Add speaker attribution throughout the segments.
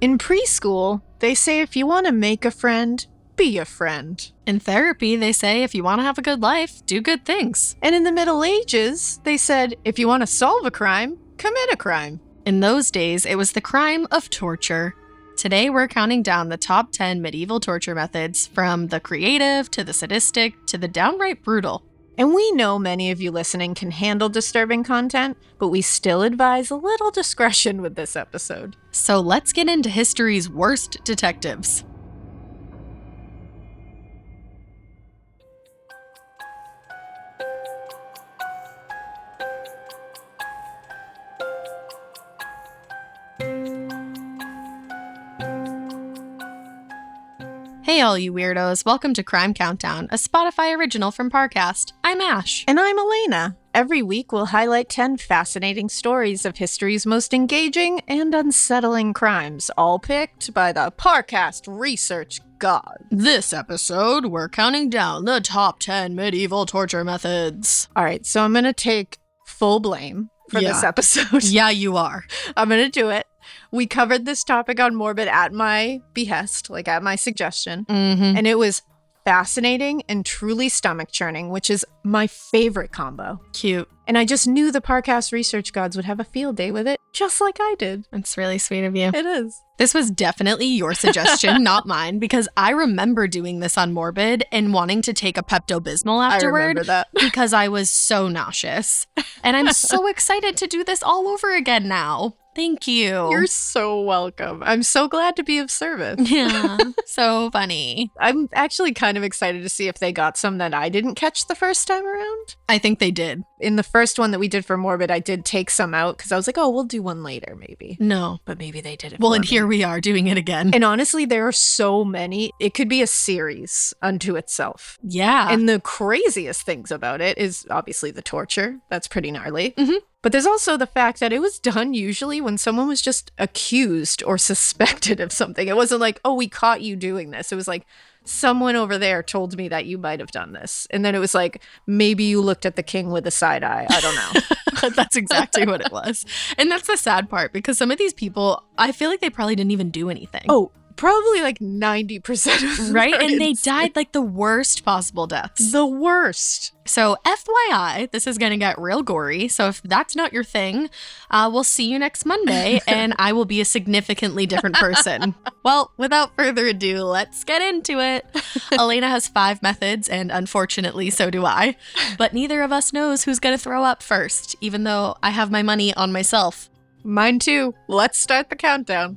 Speaker 1: In preschool, they say if you want to make a friend, be a friend.
Speaker 2: In therapy, they say if you want to have a good life, do good things.
Speaker 1: And in the Middle Ages, they said if you want to solve a crime, commit a crime.
Speaker 2: In those days, it was the crime of torture. Today, we're counting down the top 10 medieval torture methods from the creative to the sadistic to the downright brutal.
Speaker 1: And we know many of you listening can handle disturbing content, but we still advise a little discretion with this episode.
Speaker 2: So let's get into history's worst detectives. Hey, all you weirdos, welcome to Crime Countdown, a Spotify original from Parcast. I'm Ash.
Speaker 1: And I'm Elena. Every week, we'll highlight 10 fascinating stories of history's most engaging and unsettling crimes, all picked by the Parcast Research God.
Speaker 2: This episode, we're counting down the top 10 medieval torture methods.
Speaker 1: All right, so I'm going to take full blame for
Speaker 2: Yeah.
Speaker 1: this episode.
Speaker 2: Yeah, you are.
Speaker 1: I'm going to do it. We covered this topic on Morbid at my behest, like at my suggestion.
Speaker 2: Mm-hmm.
Speaker 1: and it was fascinating and truly stomach churning, which is my favorite combo.
Speaker 2: Cute.
Speaker 1: And I just knew the Parkhouse research gods would have a field day with it, just like I did.
Speaker 2: That's really sweet of you.
Speaker 1: It is.
Speaker 2: This was definitely your suggestion, not mine, because I remember doing this on Morbid and wanting to take a Pepto Bismol
Speaker 1: I
Speaker 2: afterward
Speaker 1: remember that.
Speaker 2: because I was so nauseous. And I'm so excited to do this all over again now. Thank you.
Speaker 1: You're so welcome. I'm so glad to be of service.
Speaker 2: yeah, so funny.
Speaker 1: I'm actually kind of excited to see if they got some that I didn't catch the first time around.
Speaker 2: I think they did.
Speaker 1: In the first one that we did for Morbid, I did take some out because I was like, oh, we'll do one later, maybe.
Speaker 2: No.
Speaker 1: But maybe they did it.
Speaker 2: Well,
Speaker 1: for
Speaker 2: and
Speaker 1: me.
Speaker 2: here we are doing it again.
Speaker 1: And honestly, there are so many. It could be a series unto itself.
Speaker 2: yeah.
Speaker 1: And the craziest things about it is obviously the torture. That's pretty gnarly.
Speaker 2: Mhm.
Speaker 1: But there's also the fact that it was done usually when someone was just accused or suspected of something. It wasn't like, oh, we caught you doing this. It was like, someone over there told me that you might have done this. And then it was like, maybe you looked at the king with a side eye. I don't know.
Speaker 2: that's exactly what it was. And that's the sad part because some of these people, I feel like they probably didn't even do anything.
Speaker 1: oh, probably like 90% of them
Speaker 2: right?
Speaker 1: are
Speaker 2: And they
Speaker 1: insane.
Speaker 2: died like the worst possible deaths.
Speaker 1: The worst.
Speaker 2: So, FYI, this is going to get real gory. So, if that's not your thing, uh, we'll see you next Monday and I will be a significantly different person. well, without further ado, let's get into it. Elena has five methods, and unfortunately, so do I. But neither of us knows who's going to throw up first, even though I have my money on myself.
Speaker 1: Mine too. Let's start the countdown.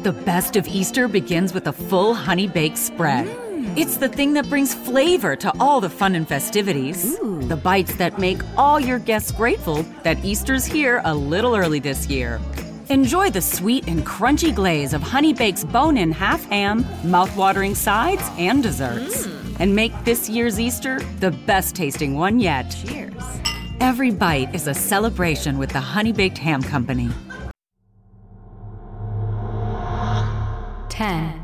Speaker 3: The best of Easter begins with a full honey baked spread. It's the thing that brings flavor to all the fun and festivities. The bites that make all your guests grateful that Easter's here a little early this year. Enjoy the sweet and crunchy glaze of Honey Bake's bone in half ham, mouth-watering sides, and desserts. And make this year's Easter the best tasting one yet. Cheers. Every bite is a celebration with the Honey Baked Ham Company.
Speaker 4: 10.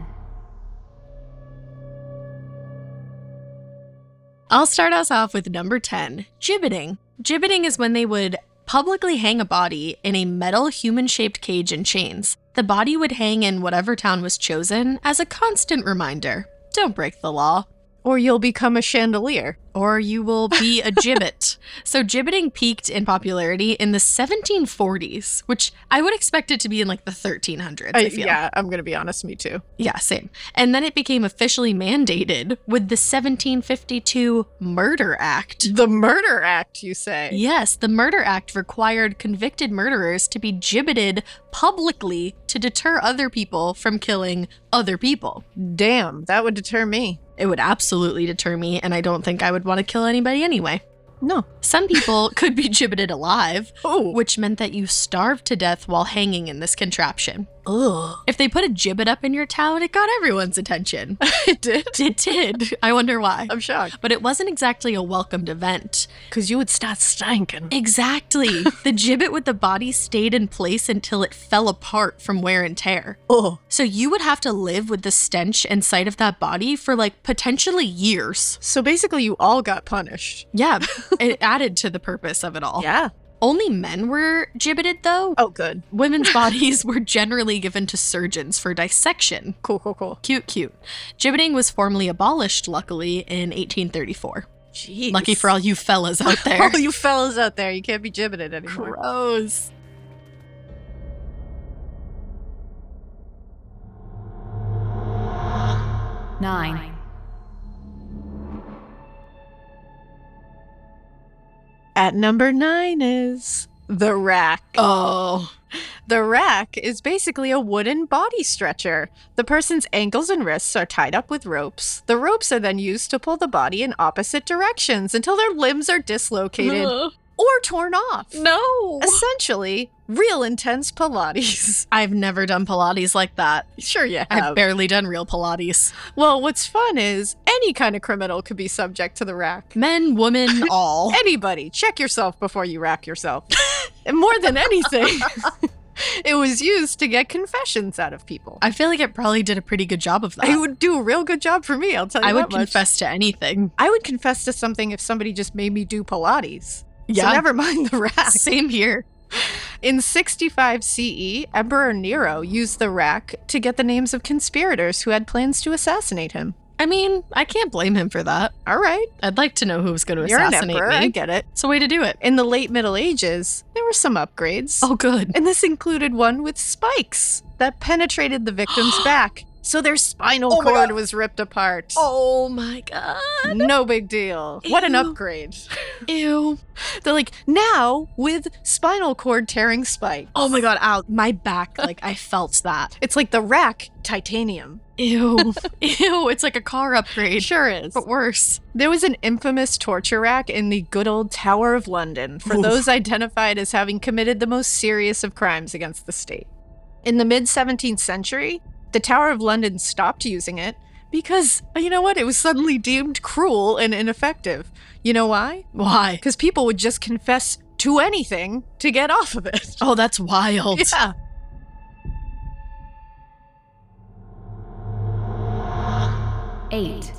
Speaker 2: I'll start us off with number 10 gibbeting. Gibbeting is when they would publicly hang a body in a metal human shaped cage and chains. The body would hang in whatever town was chosen as a constant reminder don't break the law.
Speaker 1: Or you'll become a chandelier.
Speaker 2: or you will be a gibbet. so gibbeting peaked in popularity in the 1740s, which I would expect it to be in like the 1300s. I,
Speaker 1: I-
Speaker 2: feel.
Speaker 1: Uh, yeah, I'm going to be honest, me too.
Speaker 2: Yeah, same. And then it became officially mandated with the 1752 Murder Act.
Speaker 1: The Murder Act, you say?
Speaker 2: Yes, the Murder Act required convicted murderers to be gibbeted publicly to deter other people from killing other people.
Speaker 1: Damn, that would deter me.
Speaker 2: It would absolutely deter me, and I don't think I would want to kill anybody anyway.
Speaker 1: No.
Speaker 2: Some people could be gibbeted alive,
Speaker 1: Oh,
Speaker 2: which meant that you starved to death while hanging in this contraption. If they put a gibbet up in your town, it got everyone's attention.
Speaker 1: it did. Oh,
Speaker 2: it did. I wonder why.
Speaker 1: I'm shocked.
Speaker 2: But it wasn't exactly a welcomed event.
Speaker 1: Because you would start stanking.
Speaker 2: Exactly. the gibbet with the body stayed in place until it fell apart from wear and tear.
Speaker 1: Oh.
Speaker 2: So you would have to live with the stench and sight of that body for like potentially years.
Speaker 1: So basically, you all got punished.
Speaker 2: Yeah, it added to the purpose of it all.
Speaker 1: Yeah.
Speaker 2: Only men were gibbeted though.
Speaker 1: Oh, good.
Speaker 2: Women's bodies were generally given to surgeons for dissection.
Speaker 1: Cool, cool, cool.
Speaker 2: Cute, cute. Gibbeting was formally abolished, luckily, in 1834.
Speaker 1: Jeez.
Speaker 2: Lucky for all you fellas out there.
Speaker 1: all you fellas out there. You can't be gibbeted anymore.
Speaker 2: Gross.
Speaker 4: Nine.
Speaker 1: At number nine is the rack.
Speaker 2: Oh.
Speaker 1: The rack is basically a wooden body stretcher. The person's ankles and wrists are tied up with ropes. The ropes are then used to pull the body in opposite directions until their limbs are dislocated or torn off.
Speaker 2: No.
Speaker 1: Essentially, real intense Pilates.
Speaker 2: I've never done Pilates like that.
Speaker 1: Sure, you have.
Speaker 2: I've barely done real Pilates.
Speaker 1: well, what's fun is any kind of criminal could be subject to the rack.
Speaker 2: Men, women, all.
Speaker 1: Anybody, check yourself before you rack yourself. and more than anything, it was used to get confessions out of people.
Speaker 2: I feel like it probably did a pretty good job of that.
Speaker 1: It would do a real good job for me. I'll tell you
Speaker 2: I would
Speaker 1: that much.
Speaker 2: confess to anything.
Speaker 1: I would confess to something if somebody just made me do Pilates.
Speaker 2: Yeah.
Speaker 1: So never mind the rack.
Speaker 2: Same here.
Speaker 1: In 65 CE, Emperor Nero used the rack to get the names of conspirators who had plans to assassinate him.
Speaker 2: I mean, I can't blame him for that.
Speaker 1: All right,
Speaker 2: I'd like to know who was going to
Speaker 1: you're an
Speaker 2: assassinate
Speaker 1: emperor. I
Speaker 2: me.
Speaker 1: get it.
Speaker 2: It's a way to do it.
Speaker 1: In the late Middle Ages, there were some upgrades.
Speaker 2: Oh, good.
Speaker 1: And this included one with spikes that penetrated the victim's back. So their spinal
Speaker 2: Oh my
Speaker 1: cord
Speaker 2: God.
Speaker 1: was ripped apart.
Speaker 2: Oh my god.
Speaker 1: No big deal. What an
Speaker 2: Ew.
Speaker 1: upgrade.
Speaker 2: Ew.
Speaker 1: They're like, now with spinal cord tearing spike.
Speaker 2: Oh my god, ow. My back, like I felt that.
Speaker 1: It's like the rack titanium.
Speaker 2: Ew. Ew. It's like a car
Speaker 1: It
Speaker 2: upgrade.
Speaker 1: sure is.
Speaker 2: But worse.
Speaker 1: There was an infamous torture rack in the good old Tower of London for those identified as having committed the most serious of crimes against the state. In the mid 17th century, the Tower of London stopped using it because, you know what, it was suddenly deemed cruel and ineffective. You know why?
Speaker 2: Why?
Speaker 1: Because people would just confess to anything to get off of it.
Speaker 2: Oh, that's wild.
Speaker 1: Yeah.
Speaker 4: Eight.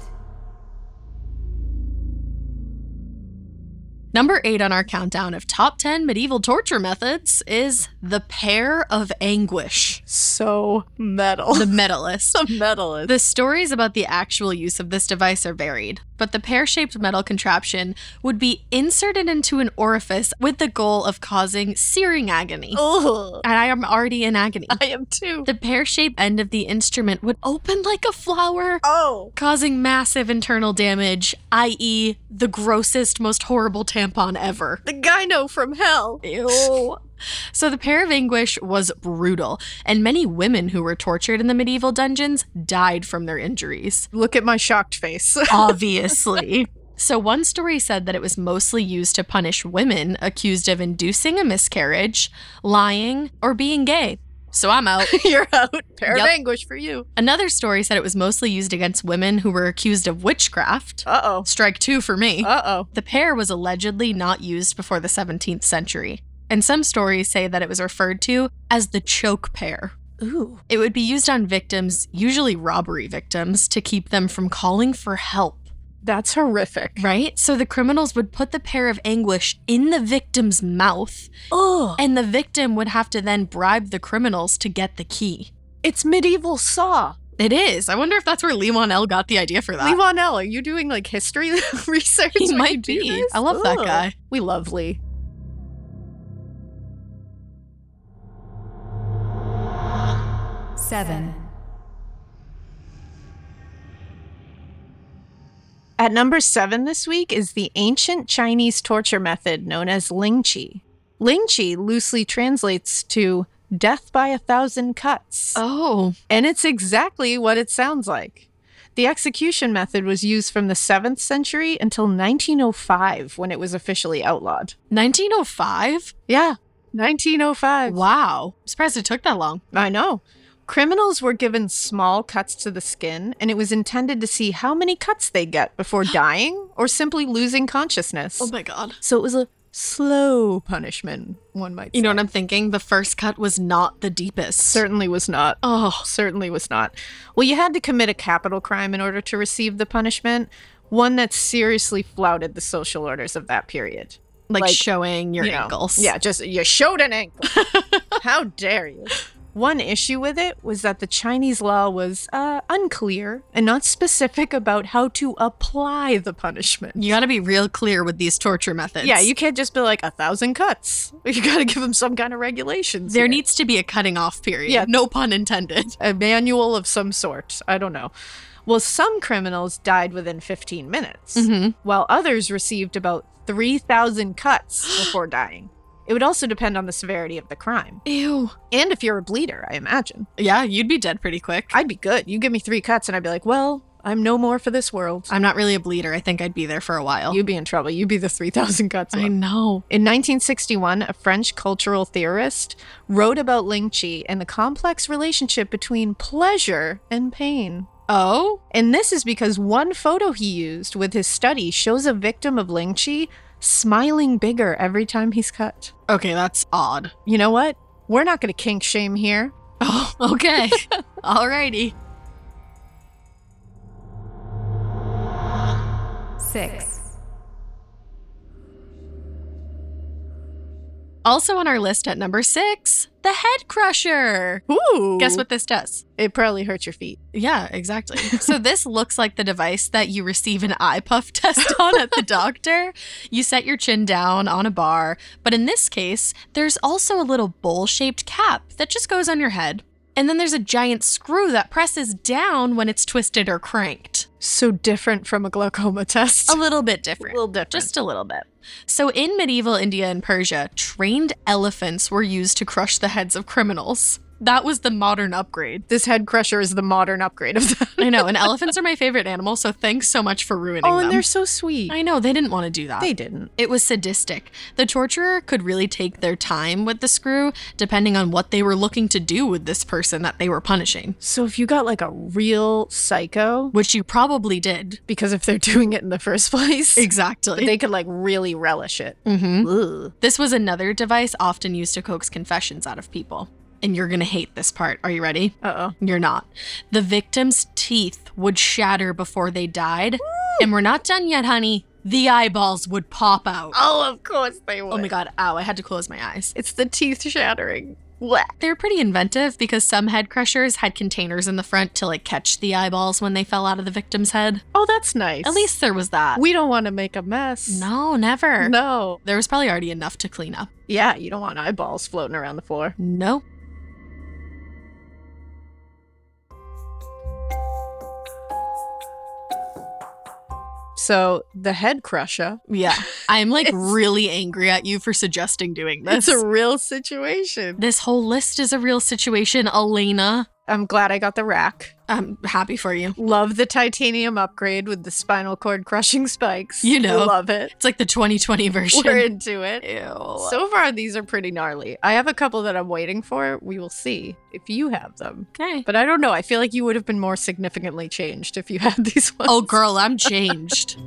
Speaker 2: Number eight on our countdown of top 10 medieval torture methods is the pair of anguish,
Speaker 1: So metal.
Speaker 2: the medalist.
Speaker 1: The metal is.
Speaker 2: The stories about the actual use of this device are varied, but the pear shaped metal contraption would be inserted into an orifice with the goal of causing searing agony.
Speaker 1: Ugh.
Speaker 2: And I am already in agony.
Speaker 1: Oh. I am too.
Speaker 2: The pear shaped end of the instrument would open like a flower,
Speaker 1: Oh.
Speaker 2: causing massive internal damage, i.e., the grossest, most horrible tampon ever.
Speaker 1: The gyno from hell.
Speaker 2: Ew. So the pair of anguish was brutal, and many women who were tortured in the medieval dungeons died from their injuries.
Speaker 1: Look at my shocked face.
Speaker 2: obviously. So, one story said that it was mostly used to punish women accused of inducing a miscarriage, lying, or being gay. So, I'm out.
Speaker 1: You're out. Pair
Speaker 2: Yep.
Speaker 1: of anguish for you.
Speaker 2: Another story said it was mostly used against women who were accused of witchcraft.
Speaker 1: Uh oh.
Speaker 2: Strike two for me.
Speaker 1: Uh oh.
Speaker 2: The pair was allegedly not used before the 17th century. And some stories say that it was referred to as the choke pair.
Speaker 1: Ooh.
Speaker 2: It would be used on victims, usually robbery victims, to keep them from calling for help.
Speaker 1: That's horrific.
Speaker 2: Right? So the criminals would put the pair of anguish in the victim's mouth,
Speaker 1: Oh.
Speaker 2: and the victim would have to then bribe the criminals to get the key.
Speaker 1: It's medieval saw.
Speaker 2: It is. I wonder if that's where Lee Mon-El got the idea for that.
Speaker 1: Lee Wanell, are you doing like history research?
Speaker 2: he
Speaker 1: when you
Speaker 2: might
Speaker 1: do
Speaker 2: be.
Speaker 1: this?
Speaker 2: I love that
Speaker 1: Ugh.
Speaker 2: guy.
Speaker 1: We love Lee.
Speaker 5: Seven.
Speaker 1: At number seven this week is the ancient Chinese torture method known as lingqi. Lingqi loosely translates to death by a thousand cuts.
Speaker 2: Oh,
Speaker 1: And it's exactly what it sounds like. The execution method was used from the 7th century until 1905 when it was officially outlawed.
Speaker 2: 1905?
Speaker 1: Yeah, 1905.
Speaker 2: Wow. I'm surprised it took that long.
Speaker 1: I know. Criminals were given small cuts to the skin, and it was intended to see how many cuts they get before dying or simply losing consciousness.
Speaker 2: my God.
Speaker 1: Oh, so it was a slow punishment, one might
Speaker 2: You know
Speaker 1: say.
Speaker 2: what I'm thinking? The first cut was not the deepest.
Speaker 1: Certainly was not.
Speaker 2: Oh,
Speaker 1: certainly was not. Well, you had to commit a capital crime in order to receive the punishment, one that seriously flouted the social orders of that period.
Speaker 2: like,
Speaker 1: Like,
Speaker 2: showing your
Speaker 1: You know,
Speaker 2: ankles.
Speaker 1: Yeah, just you showed an ankle. How dare you? One issue with it was that the Chinese law was uh, unclear and not specific about how to apply the punishment.
Speaker 2: You got to be real clear with these torture methods.
Speaker 1: yeah, you can't just be like a thousand cuts. You got to give them some kind of regulations.
Speaker 2: There
Speaker 1: here.
Speaker 2: needs to be a cutting off period.
Speaker 1: Yeah.
Speaker 2: No pun intended.
Speaker 1: a manual of some sort. I don't know. Well, some criminals died within 15 minutes, while others received about 3,000 cuts before dying. It would also depend on the severity of the crime.
Speaker 2: Ew.
Speaker 1: And if you're a bleeder, I imagine.
Speaker 2: Yeah, you'd be dead pretty quick.
Speaker 1: I'd be good. You give me three cuts, and I'd be like, well, I'm no more for this world.
Speaker 2: I'm not really a bleeder. I think I'd be there for a while.
Speaker 1: You'd be in trouble. You'd be the 3,000 cuts
Speaker 2: I
Speaker 1: one.
Speaker 2: know.
Speaker 1: In 1961, a French cultural theorist wrote about Lingqi and the complex relationship between pleasure and pain.
Speaker 2: Oh?
Speaker 1: And this is because one photo he used with his study shows a victim of Lingqi smiling bigger every time he's cut.
Speaker 2: Okay, that's odd.
Speaker 1: You know what? We're not going to kink shame here.
Speaker 2: Oh, okay. Alrighty.
Speaker 5: Six.
Speaker 2: Also on our list at number six, the head crusher.
Speaker 1: Ooh.
Speaker 2: Guess what this does?
Speaker 1: It probably hurt your feet.
Speaker 2: Yeah, exactly. so this looks like the device that you receive an eye puff test on at the doctor. You set your chin down on a bar, but in this case, there's also a little bowl-shaped cap that just goes on your head. And then there's a giant screw that presses down when it's twisted or cranked.
Speaker 1: So different from a glaucoma test.
Speaker 2: A little bit different.
Speaker 1: A little different.
Speaker 2: Just a little bit. So, in medieval India and Persia, trained elephants were used to crush the heads of criminals. That was the modern upgrade.
Speaker 1: this head crusher is the modern upgrade of that.
Speaker 2: I know, and elephants are my favorite animal, so thanks so much for ruining
Speaker 1: oh, and
Speaker 2: them.
Speaker 1: they're so sweet.
Speaker 2: I know, they didn't want to do that.
Speaker 1: they didn't.
Speaker 2: It was sadistic. The torturer could really take their time with the screw, depending on what they were looking to do with this person that they were punishing,
Speaker 1: So if you got like a real psycho,
Speaker 2: which you probably did.
Speaker 1: because if they're doing it in the first place,
Speaker 2: Exactly.
Speaker 1: they could like really relish it.
Speaker 2: mm-hmm.
Speaker 1: Ugh.
Speaker 2: This was another device often used to coax confessions out of people. And you're going to hate this part. Are you ready?
Speaker 1: Uh-oh.
Speaker 2: You're not. The victim's teeth would shatter before they died. And we're not done yet, honey. The eyeballs would pop out. Oh,
Speaker 1: Oh, of course they would.
Speaker 2: my God. Ow, I had to close my eyes.
Speaker 1: It's the teeth shattering. What?
Speaker 2: They're pretty inventive because some head crushers had containers in the front to like catch the eyeballs when they fell out of the victim's head.
Speaker 1: Oh, that's nice.
Speaker 2: At least there was that.
Speaker 1: we don't want to make a mess.
Speaker 2: no, never.
Speaker 1: No.
Speaker 2: There was probably already enough to clean up.
Speaker 1: Yeah, you don't want eyeballs floating around the floor.
Speaker 2: No.
Speaker 1: So the head crusher.
Speaker 2: Yeah. I'm like
Speaker 1: It's-
Speaker 2: really angry at you for suggesting doing this.
Speaker 1: It's a real situation.
Speaker 2: this whole list is a real situation, Elena.
Speaker 1: I'm glad I got the rack.
Speaker 2: I'm happy for you.
Speaker 1: Love the titanium upgrade with the spinal cord crushing spikes.
Speaker 2: You know.
Speaker 1: Love it.
Speaker 2: It's like the 2020 version.
Speaker 1: We're into it.
Speaker 2: Ew.
Speaker 1: So far, these are pretty gnarly. I have a couple that I'm waiting for. We will see if you have them.
Speaker 2: okay.
Speaker 1: But I don't know. I feel like you would have been more significantly changed if you had these ones.
Speaker 2: Oh, girl, I'm changed.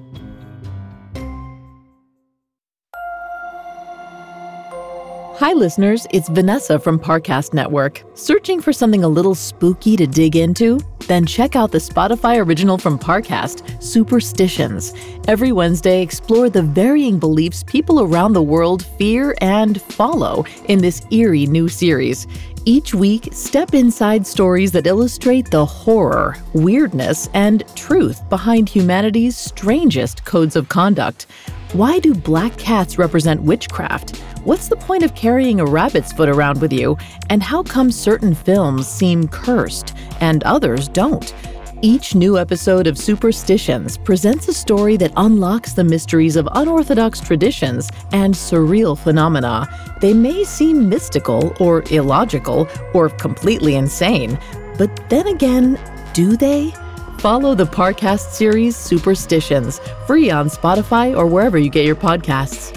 Speaker 6: Hi, listeners. It's Vanessa from Parcast Network. Searching for something a little spooky to dig into? Then check out the Spotify original from Parcast, Superstitions. Every Wednesday, explore the varying beliefs people around the world fear and follow in this eerie new series. Each week, step inside stories that illustrate the horror, weirdness, and truth behind humanity's strangest codes of conduct. Why do black cats represent witchcraft? What's the point of carrying a rabbit's foot around with you? And how come certain films seem cursed and others don't? Each new episode of Superstitions presents a story that unlocks the mysteries of unorthodox traditions and surreal phenomena. They may seem mystical or illogical or completely insane, but then again, do they? Follow the Parcast series Superstitions, free on Spotify or wherever you get your podcasts.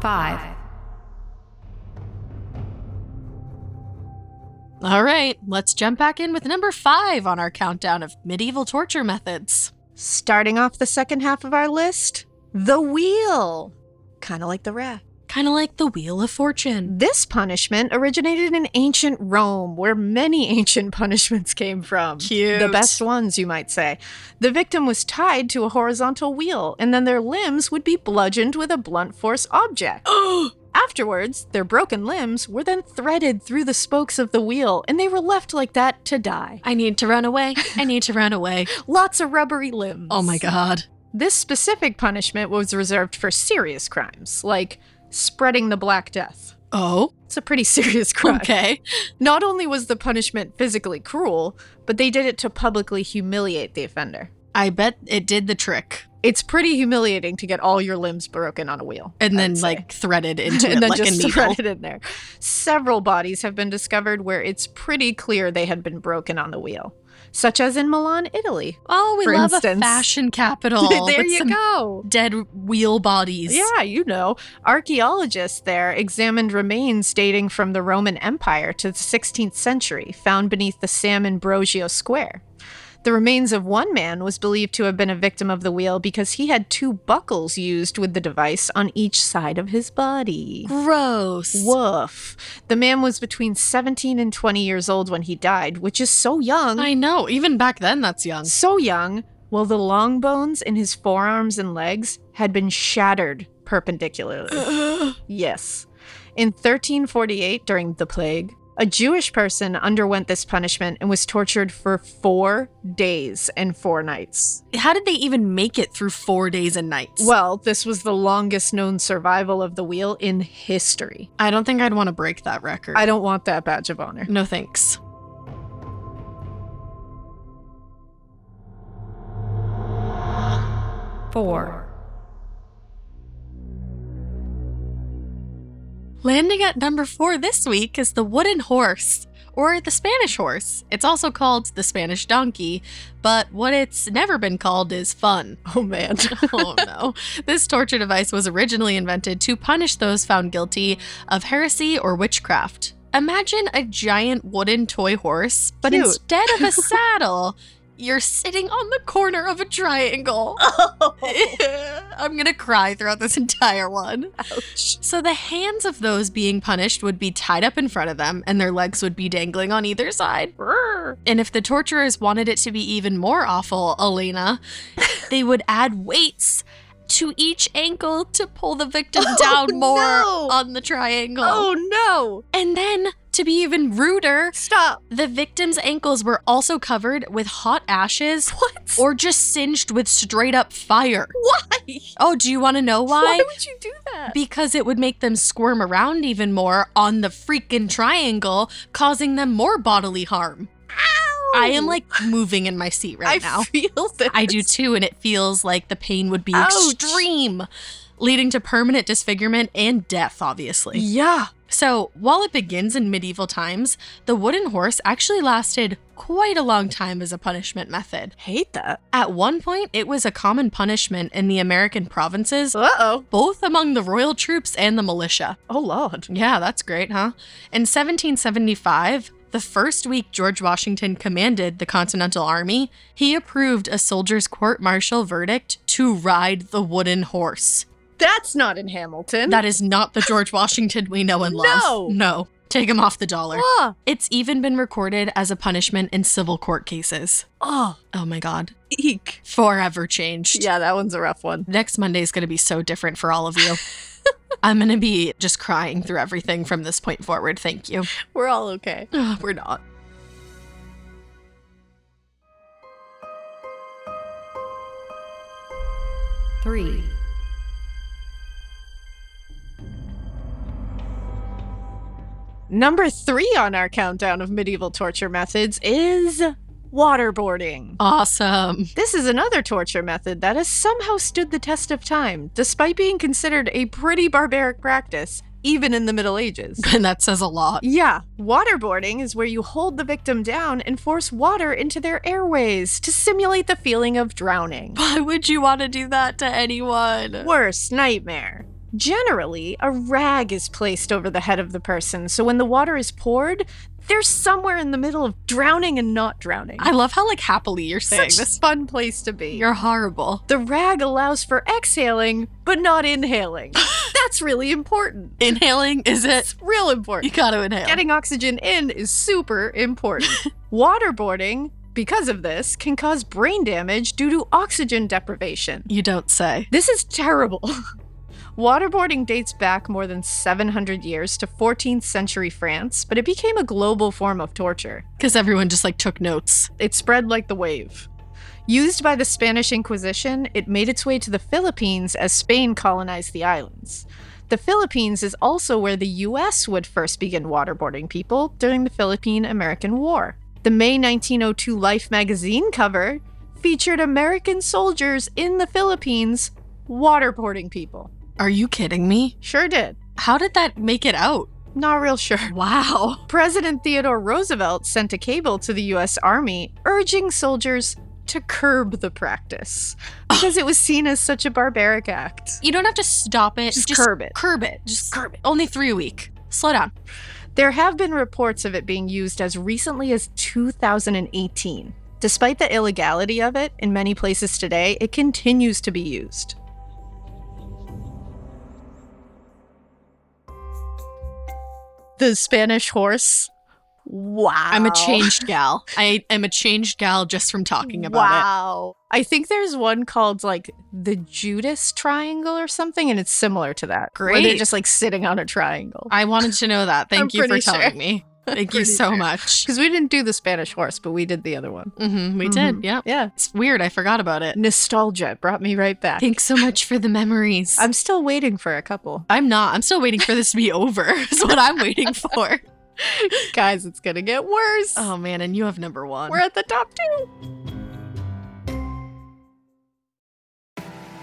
Speaker 5: Five.
Speaker 2: All right, let's jump back in with number five on our countdown of medieval torture methods.
Speaker 1: Starting off the second half of our list, the wheel. Kind of like the raft.
Speaker 2: Kind of like the Wheel of Fortune.
Speaker 1: This punishment originated in ancient Rome, where many ancient punishments came from.
Speaker 2: Cute.
Speaker 1: The best ones, you might say. The victim was tied to a horizontal wheel, and then their limbs would be bludgeoned with a blunt force object. Afterwards, their broken limbs were then threaded through the spokes of the wheel, and they were left like that to die.
Speaker 2: I need to run away. I need to run away.
Speaker 1: Lots of rubbery limbs.
Speaker 2: Oh my god.
Speaker 1: This specific punishment was reserved for serious crimes, like spreading the Black Death.
Speaker 2: Oh,
Speaker 1: It's a pretty serious crime.
Speaker 2: okay.
Speaker 1: Not only was the punishment physically cruel, but they did it to publicly humiliate the offender.
Speaker 2: I bet it did the trick.
Speaker 1: It's pretty humiliating to get all your limbs broken on a wheel.
Speaker 2: And
Speaker 1: I'd
Speaker 2: then,
Speaker 1: say.
Speaker 2: like, threaded into it
Speaker 1: and then
Speaker 2: like a
Speaker 1: just
Speaker 2: needle.
Speaker 1: thread it in there. Several bodies have been discovered where it's pretty clear they had been broken on the wheel, such as in Milan, Italy.
Speaker 2: Oh, we
Speaker 1: for
Speaker 2: love a
Speaker 1: instance.
Speaker 2: fashion capital.
Speaker 1: there
Speaker 2: with
Speaker 1: you
Speaker 2: some
Speaker 1: go.
Speaker 2: Dead wheel bodies.
Speaker 1: Yeah, you know. Archaeologists there examined remains dating from the Roman Empire to the 16th century, found beneath the San Ambrogio Square. The remains of one man was believed to have been a victim of the wheel because he had two buckles used with the device on each side of his body.
Speaker 2: Gross.
Speaker 1: Woof. The man was between 17 and 20 years old when he died, which is so young.
Speaker 2: I know. Even back then, that's young.
Speaker 1: So young, while the long bones in his forearms and legs had been shattered perpendicularly. yes. In 1348, during the plague, a Jewish person underwent this punishment and was tortured for four days and four nights.
Speaker 2: How did they even make it through four days and nights?
Speaker 1: Well, this was the longest known survival of the wheel in history.
Speaker 2: I don't think I'd want to break that record.
Speaker 1: I don't want that badge of honor.
Speaker 2: No thanks.
Speaker 5: Four.
Speaker 2: Landing at number four this week is the wooden horse, or the Spanish horse. It's also called the Spanish donkey, but what it's never been called is fun.
Speaker 1: Oh, man.
Speaker 2: oh no. This torture device was originally invented to punish those found guilty of heresy or witchcraft. Imagine a giant wooden toy horse, but
Speaker 1: Cute.
Speaker 2: instead of a saddle, you're sitting on the corner of a triangle.
Speaker 1: Oh.
Speaker 2: I'm going to cry throughout this entire one. So the hands of those being punished would be tied up in front of them, and their legs would be dangling on either side. And if the torturers wanted it to be even more awful, Elena, they would add weights to each ankle to pull the victim down more
Speaker 1: Oh, no.
Speaker 2: on the triangle.
Speaker 1: oh, no.
Speaker 2: And then, to be even ruder,
Speaker 1: Stop.
Speaker 2: the victim's ankles were also covered with hot ashes
Speaker 1: What?
Speaker 2: or just singed with straight up fire.
Speaker 1: why?
Speaker 2: Oh, do you want to know why?
Speaker 1: Why would you do that?
Speaker 2: because it would make them squirm around even more on the freaking triangle, causing them more bodily harm. I am like moving in my seat right
Speaker 1: I
Speaker 2: now.
Speaker 1: feel this.
Speaker 2: I do too, and it feels like the pain would be
Speaker 1: Ouch.
Speaker 2: extreme, leading to permanent disfigurement and death, obviously.
Speaker 1: Yeah.
Speaker 2: So, while it begins in medieval times, the wooden horse actually lasted quite a long time as a punishment method.
Speaker 1: Hate that.
Speaker 2: At one point, it was a common punishment in the American provinces,
Speaker 1: Uh oh.
Speaker 2: both among the royal troops and the militia.
Speaker 1: Oh lord.
Speaker 2: Yeah, that's great, huh? In 1775, the first week George Washington commanded the Continental Army, he approved a soldier's court martial verdict to ride the wooden horse.
Speaker 1: That's not in Hamilton.
Speaker 2: That is not the George Washington we know and love.
Speaker 1: No.
Speaker 2: No. Take him off the dollar.
Speaker 1: Ah.
Speaker 2: It's even been recorded as a punishment in civil court cases.
Speaker 1: oh,
Speaker 2: Oh my God.
Speaker 1: eek.
Speaker 2: Forever changed.
Speaker 1: Yeah, that one's a rough one.
Speaker 2: Next Monday is going to be so different for all of you. I'm going to be just crying through everything from this point forward. Thank you.
Speaker 1: We're all okay.
Speaker 2: Ugh, We're not.
Speaker 5: three,
Speaker 1: Number three on our countdown of medieval torture methods is waterboarding.
Speaker 2: Awesome.
Speaker 1: This is another torture method that has somehow stood the test of time, despite being considered a pretty barbaric practice, even in the Middle Ages.
Speaker 2: And that says a lot.
Speaker 1: Yeah, waterboarding is where you hold the victim down and force water into their airways to simulate the feeling of drowning.
Speaker 2: Why would you want to do that to anyone?
Speaker 1: Worst nightmare. Generally, a rag is placed over the head of the person, so when the water is poured, they're somewhere in the middle of drowning and not drowning.
Speaker 2: I love how, like, happily you're saying
Speaker 1: Such a
Speaker 2: this.
Speaker 1: fun place to be.
Speaker 2: You're horrible.
Speaker 1: the rag allows for exhaling, but not inhaling. That's really important.
Speaker 2: Inhaling is it?
Speaker 1: It's real
Speaker 2: You
Speaker 1: important.
Speaker 2: gotta inhale.
Speaker 1: Getting oxygen in is super important. Waterboarding, because of this, can cause brain damage due to oxygen deprivation.
Speaker 2: you don't say.
Speaker 1: This is terrible. Waterboarding dates back more than 700 years to 14th century France, but it became a global form of torture.
Speaker 2: Because everyone just, like, took notes.
Speaker 1: It spread like the wave. Used by the Spanish Inquisition, it made its way to the Philippines as Spain colonized the islands. The Philippines is also where the US would first begin waterboarding people during the Philippine American War. The May 1902 Life magazine cover featured American soldiers in the Philippines waterboarding people.
Speaker 2: Are you kidding me?
Speaker 1: Sure did.
Speaker 2: How did that make it out?
Speaker 1: Not real sure.
Speaker 2: Wow.
Speaker 1: President Theodore Roosevelt sent a cable to the US Army urging soldiers to curb the practice because it was seen as such a barbaric act.
Speaker 2: You don't have to stop it.
Speaker 1: Just curb it.
Speaker 2: Curb it. Just curb it. Only three a week. Slow down.
Speaker 1: There have been reports of it being used as recently as 2018. Despite the illegality of it in many places today, it continues to be used. The Spanish horse. Wow.
Speaker 2: I'm a changed gal. I am a changed gal just from talking about it.
Speaker 1: wow. I think there's one called like the Judas Triangle or something, and it's similar to that. Where they're
Speaker 2: Great.
Speaker 1: just like sitting on a triangle.
Speaker 2: I wanted to know that. Thank
Speaker 1: I'm
Speaker 2: you for
Speaker 1: pretty sure.
Speaker 2: telling me. Thank you
Speaker 1: pretty
Speaker 2: so
Speaker 1: sure.
Speaker 2: much.
Speaker 1: Because we didn't do the Spanish horse, but we did the other one.
Speaker 2: hmm we
Speaker 1: Mm-hmm.
Speaker 2: did. Yeah.
Speaker 1: Yeah.
Speaker 2: It's weird. I forgot about it.
Speaker 1: Nostalgia brought me right back.
Speaker 2: Thanks so much for the memories. I'm,
Speaker 1: I'm still waiting for a couple.
Speaker 2: not. I'm still waiting for this to be over. Is what I'm waiting for.
Speaker 1: Guys, it's going to get worse.
Speaker 2: Oh man, and you have number one.
Speaker 1: We're at the top two.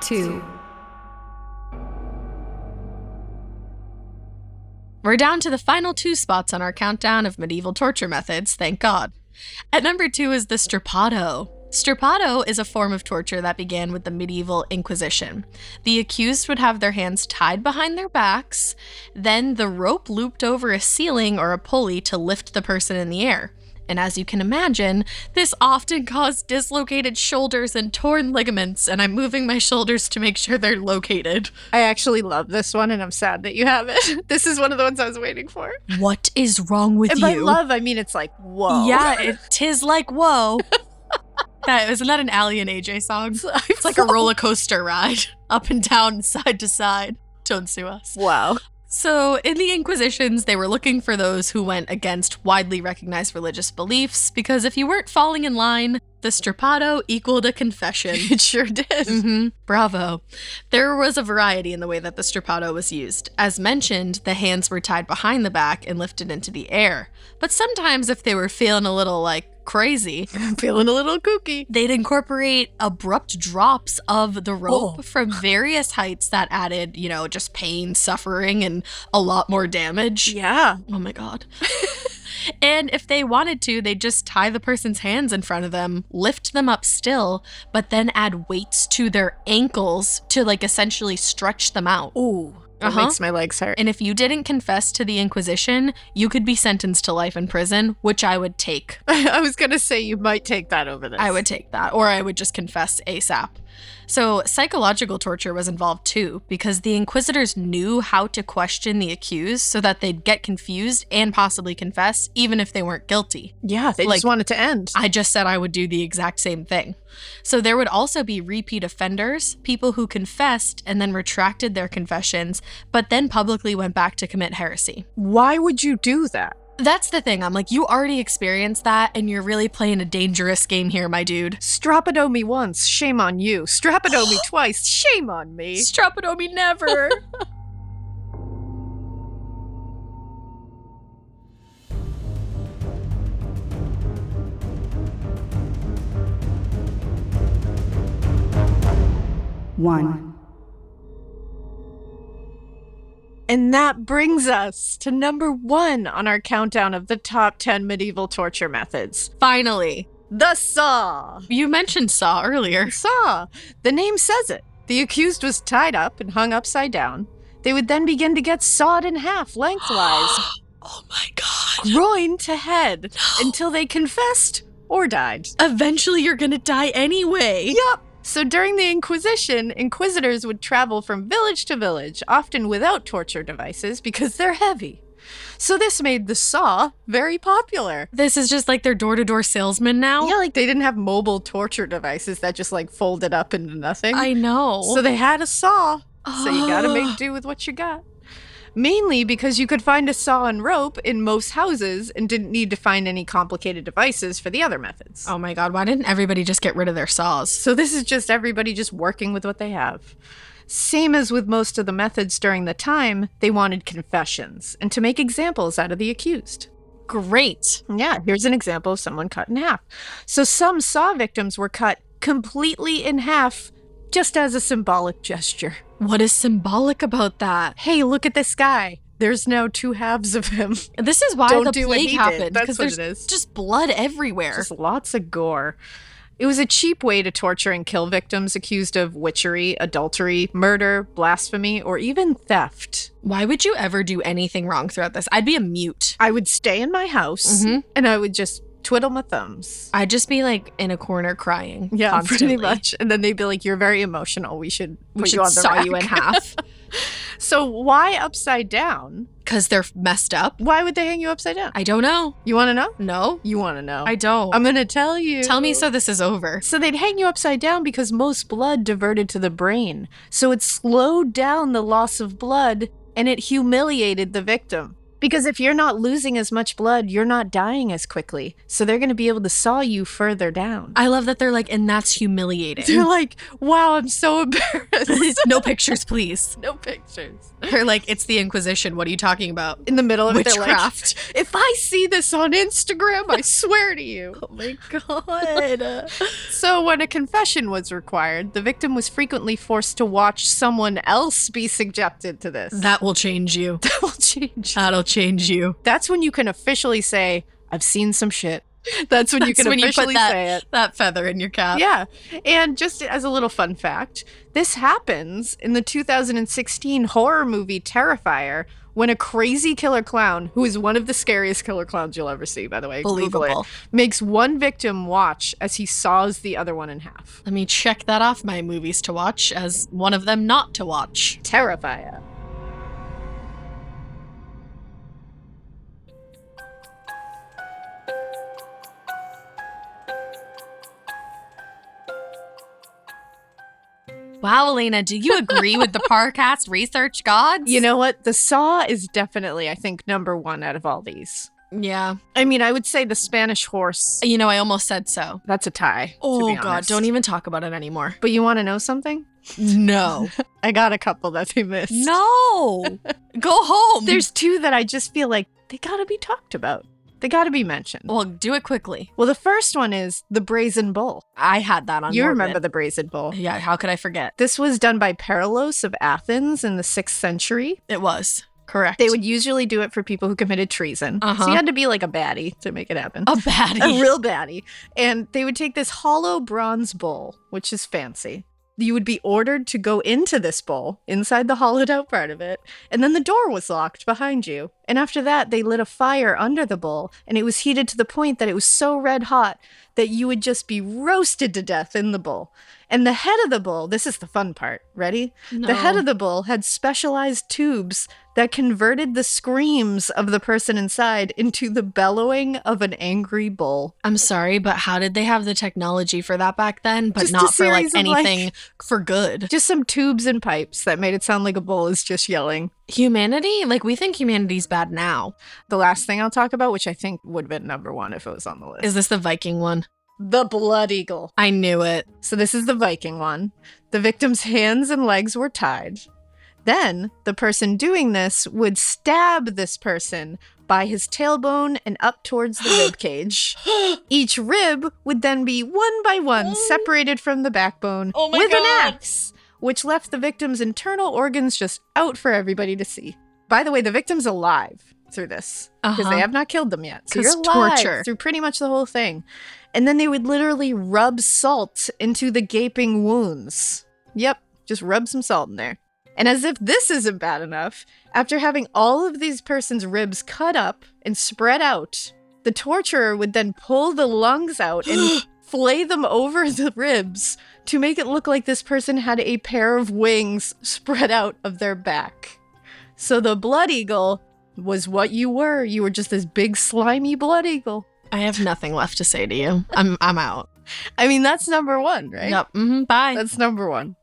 Speaker 5: two,
Speaker 2: We're down to the final two spots on our countdown of medieval torture methods. Thank God. At number two is the strapado. Strapado is a form of torture that began with the medieval Inquisition. The accused would have their hands tied behind their backs, then the rope looped over a ceiling or a pulley to lift the person in the air. And as you can imagine, this often caused dislocated shoulders and torn ligaments, and I'm moving my shoulders to make sure they're located.
Speaker 1: I actually love this one, and I'm sad that you have it. This is one of the ones I was waiting for.
Speaker 2: What is wrong with
Speaker 1: and
Speaker 2: you?
Speaker 1: by love, I mean it's like, whoa.
Speaker 2: Yeah, it tis like whoa. that isn't that an Ally and AJ song? It's like a roller coaster ride, up and down, side to side. Don't sue us.
Speaker 1: wow.
Speaker 2: So, in the Inquisitions, they were looking for those who went against widely recognized religious beliefs because if you weren't falling in line, the strapado equaled a confession.
Speaker 1: It sure did.
Speaker 2: Mhm. Bravo. There was a variety in the way that the strapado was used. As mentioned, the hands were tied behind the back and lifted into the air. But sometimes, if they were feeling a little like crazy,
Speaker 1: I'm feeling a little kooky.
Speaker 2: they'd incorporate abrupt drops of the rope from various heights that added, you know, just pain, suffering, and a lot more damage.
Speaker 1: Yeah.
Speaker 2: Oh my God. and if they wanted to, they'd just tie the person's hands in front of them, lift them up still, but then add weights to their ankles to like essentially stretch them out.
Speaker 1: Ooh. That
Speaker 2: Uh-huh.
Speaker 1: makes my legs hurt.
Speaker 2: And if you didn't confess to the Inquisition, you could be sentenced to life in prison, which I would take.
Speaker 1: I was gonna say you might take that over this.
Speaker 2: I would take that, or I would just confess ASAP. So, psychological torture was involved too, because the inquisitors knew how to question the accused so that they'd get confused and possibly confess, even if they weren't guilty.
Speaker 1: Yeah, they
Speaker 2: Like-
Speaker 1: just want it to end.
Speaker 2: I just said I would do the exact same thing. So, there would also be repeat offenders, people who confessed and then retracted their confessions, but then publicly went back to commit heresy.
Speaker 1: Why would you do that?
Speaker 2: That's the thing. I'm like, you already experienced that, and you're really playing a dangerous game here, my dude.
Speaker 1: Strapido me once, shame on you. Strapido me twice, shame on me.
Speaker 2: Strapidomi never.
Speaker 5: one,
Speaker 1: And that brings us to number one on our countdown of the top 10 medieval torture methods
Speaker 2: Finally.
Speaker 1: the saw.
Speaker 2: You mentioned Saw earlier.
Speaker 1: Saw. The name says it. The accused was tied up and hung upside down. They would then begin to get sawed in half lengthwise,
Speaker 2: Oh my god.
Speaker 1: groin to head, until they confessed or died.
Speaker 2: Eventually you're gonna die anyway.
Speaker 1: Yup. So during the Inquisition, inquisitors would travel from village to village, often without torture devices because they're heavy. So this made the saw very popular.
Speaker 2: This is just like their door to door salesman now.
Speaker 1: Yeah, like they didn't have mobile torture devices that just like folded up into nothing.
Speaker 2: I know.
Speaker 1: So they had a saw. So you gotta make do with what you got. Mainly because you could find a saw and rope in most houses and didn't need to find any complicated devices for the other methods.
Speaker 2: oh my god, why didn't everybody just get rid of their saws?
Speaker 1: So this is just everybody just working with what they have. Same as with most of the methods during the time, they wanted confessions and to make examples out of the accused.
Speaker 2: Great.
Speaker 1: Yeah, here's an example of someone cut in half. So some saw victims were cut completely in half just as a symbolic gesture.
Speaker 2: What is symbolic about that?
Speaker 1: Hey, look at this guy. There's now two halves of him.
Speaker 2: This is why
Speaker 1: Don't
Speaker 2: the
Speaker 1: do what
Speaker 2: plague
Speaker 1: he did.
Speaker 2: happened.
Speaker 1: That's
Speaker 2: Because
Speaker 1: what
Speaker 2: there's
Speaker 1: it is.
Speaker 2: just blood everywhere.
Speaker 1: Just lots of gore. It was a cheap way to torture and kill victims accused of witchery, adultery, murder, blasphemy, or even theft.
Speaker 2: why would you ever do anything wrong throughout this? I'd be a mute.
Speaker 1: I would stay in my house
Speaker 2: Mm-hmm.
Speaker 1: and I would just twiddle my thumbs.
Speaker 2: I'd just be like in a corner crying.
Speaker 1: Yeah,
Speaker 2: constantly.
Speaker 1: pretty much. And then they'd be like, "You're very emotional. We should
Speaker 2: We
Speaker 1: put
Speaker 2: should
Speaker 1: you on the
Speaker 2: saw you in
Speaker 1: rack."
Speaker 2: half
Speaker 1: So why upside down?
Speaker 2: because they're messed up.
Speaker 1: Why would they hang you upside down?
Speaker 2: I don't know.
Speaker 1: you want to know?
Speaker 2: No,
Speaker 1: You want to know?
Speaker 2: I don't.
Speaker 1: I'm gonna tell you.
Speaker 2: Tell me so this is over.
Speaker 1: So they'd hang you upside down because most blood diverted to the brain. So it slowed down the loss of blood and it humiliated the victim. Because if you're not losing as much blood, you're not dying as quickly. So they're going to be able to saw you further down.
Speaker 2: I love that they're like, and that's humiliating.
Speaker 1: They're like, wow, I'm so embarrassed.
Speaker 2: no pictures, please.
Speaker 1: no pictures.
Speaker 2: They're like, it's the Inquisition. What are you talking about?
Speaker 1: In the middle of it, they're like,
Speaker 2: Witchcraft.
Speaker 1: if I see this on Instagram, I swear to you.
Speaker 2: Oh my god.
Speaker 1: So, when a confession was required, the victim was frequently forced to watch someone else be subjected to this.
Speaker 2: that will change you.
Speaker 1: That will change.
Speaker 2: That'll change you.
Speaker 1: That's when you can officially say, I've seen some shit. That's when you
Speaker 2: That's
Speaker 1: can
Speaker 2: when you put
Speaker 1: officially
Speaker 2: that-
Speaker 1: say it.
Speaker 2: That feather in your cap.
Speaker 1: Yeah. And just as a little fun fact, this happens in the 2016 horror movie Terrifier when a crazy killer clown, who is one of the scariest killer clowns you'll ever see, by the way, Google it,
Speaker 2: Believable.
Speaker 1: makes one victim watch as he saws the other one in half.
Speaker 2: Let me check that off my movies to watch as one of them not to watch.
Speaker 1: Terrifier.
Speaker 2: Wow, Elena, do you agree with the Parcast research gods?
Speaker 1: You know what? The Saw is definitely, I think, number one out of all these.
Speaker 2: Yeah.
Speaker 1: I mean, I would say the Spanish horse.
Speaker 2: You know, I almost said so.
Speaker 1: That's a tie. to
Speaker 2: Oh,
Speaker 1: be
Speaker 2: God,
Speaker 1: honest.
Speaker 2: don't even talk about it anymore.
Speaker 1: But you want to know something?
Speaker 2: No.
Speaker 1: I got a couple that they missed.
Speaker 2: no. Go home.
Speaker 1: There's two that I just feel like they gotta be talked about. They gotta be mentioned. Well,
Speaker 2: Well, do it quickly.
Speaker 1: the first one is the Brazen Bull.
Speaker 2: I had that on
Speaker 1: You
Speaker 2: Morbid.
Speaker 1: remember the Brazen Bull.
Speaker 2: Yeah, how could I forget?
Speaker 1: This was done by Perilos of Athens in the 6th century.
Speaker 2: It was. Correct.
Speaker 1: They would usually do it for people who committed treason. So
Speaker 2: Uh-huh. Oh,
Speaker 1: you had to be like a baddie to make it happen.
Speaker 2: a baddie.
Speaker 1: a real baddie. And they would take this hollow bronze bowl, which is fancy. You would be ordered to go into this bowl, inside the hollowed out part of it, and then the door was locked behind you. And after that, they lit a fire under the bowl, and it was heated to the point that it was so red hot that you would just be roasted to death in the bowl. And the head of the bull, this is the fun part, ready? The head
Speaker 2: No.
Speaker 1: of the bull had specialized tubes that converted the screams of the person inside into the bellowing of an angry bull.
Speaker 2: I'm sorry, but how did they have the technology for that back then? But
Speaker 1: Just a
Speaker 2: not for like
Speaker 1: series of, like-
Speaker 2: anything for good.
Speaker 1: Just some tubes and pipes that made it sound like a bull is just yelling.
Speaker 2: Humanity? Like we think humanity's bad now.
Speaker 1: The last thing I'll talk about, which I think would have been number one if it was on the list,
Speaker 2: Is this the Viking one?
Speaker 1: the blood eagle.
Speaker 2: I knew it.
Speaker 1: So this is the Viking one. The victim's hands and legs were tied. Then the person doing this would stab this person by his tailbone and up towards the rib cage. Each rib would then be one by one separated from the backbone with an axe, which left the victim's internal organs just out for everybody to see. By the way, the victim's alive through this because
Speaker 2: Uh-huh.
Speaker 1: they have not killed them yet. So
Speaker 2: 'Cause
Speaker 1: you're alive
Speaker 2: torture.
Speaker 1: through pretty much the whole thing. And then they would literally rub salt into the gaping wounds. Yep, just rub some salt in there. And as if this isn't bad enough, after having all of these persons' ribs cut up and spread out, the torturer would then pull the lungs out and flay them over the ribs to make it look like this person had a pair of wings spread out of their back. So the blood eagle was what you were. You were just this big slimy blood eagle.
Speaker 2: I have nothing left to say to you. I'm I'm out.
Speaker 1: I mean, that's number one, right?
Speaker 2: Yep. hmm bye.
Speaker 1: That's number one.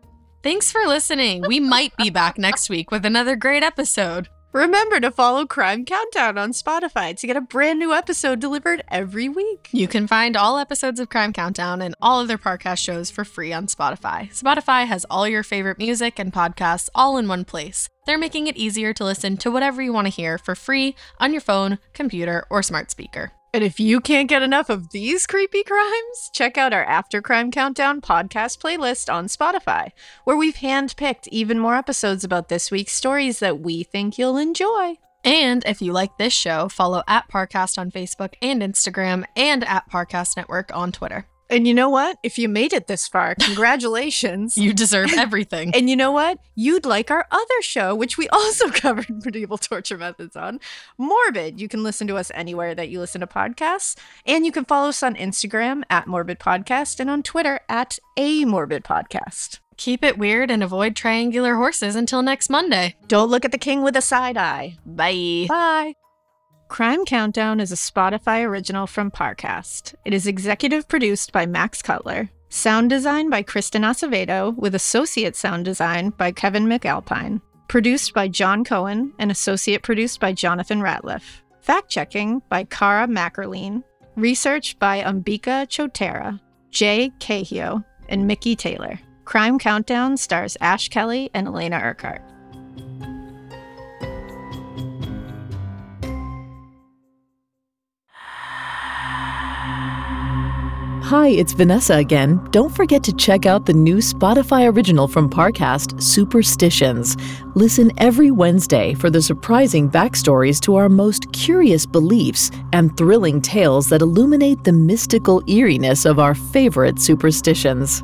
Speaker 2: Thanks for listening. We might be back next week with another great episode.
Speaker 1: Remember to follow Crime Countdown on Spotify to get a brand new episode delivered every week.
Speaker 2: You can find all episodes of Crime Countdown and all other podcast shows for free on Spotify. Spotify has all your favorite music and podcasts all in one place. They're making it easier to listen to whatever you want to hear for free on your phone, computer, or smart speaker.
Speaker 1: And if you can't get enough of these creepy crimes, check out our After Crime Countdown podcast playlist on Spotify, where we've handpicked even more episodes about this week's stories that we think you'll enjoy.
Speaker 2: And if you like this show, follow at Parcast on Facebook and Instagram and at Parcast Network on Twitter.
Speaker 1: And you know what? If you made it this far, congratulations.
Speaker 2: You deserve everything.
Speaker 1: And you know what? You'd like our other show, which we also covered medieval torture methods on, Morbid. You can listen to us anywhere that you listen to podcasts. And you can follow us on Instagram at Morbid Podcast and on Twitter at A Morbid Podcast.
Speaker 2: Keep it weird and avoid triangular horses until next Monday.
Speaker 1: Don't look at the king with a side eye.
Speaker 2: Bye.
Speaker 1: Bye. Crime Countdown is a Spotify original from Parcast. It is executive produced by Max Cutler, sound design by Kristen Acevedo, with associate sound design by Kevin McAlpine, produced by John Cohen, and associate produced by Jonathan Ratliff. Fact checking by Kara Mackerline, research by Ambika Chotera, Jay Cahio, and Mickey Taylor. Crime Countdown stars Ash Kelly and Elena Urquhart.
Speaker 6: Hi, it's Vanessa again. Don't forget to check out the new Spotify original from Parcast, Superstitions. Listen every Wednesday for the surprising backstories to our most curious beliefs and thrilling tales that illuminate the mystical eeriness of our favorite superstitions.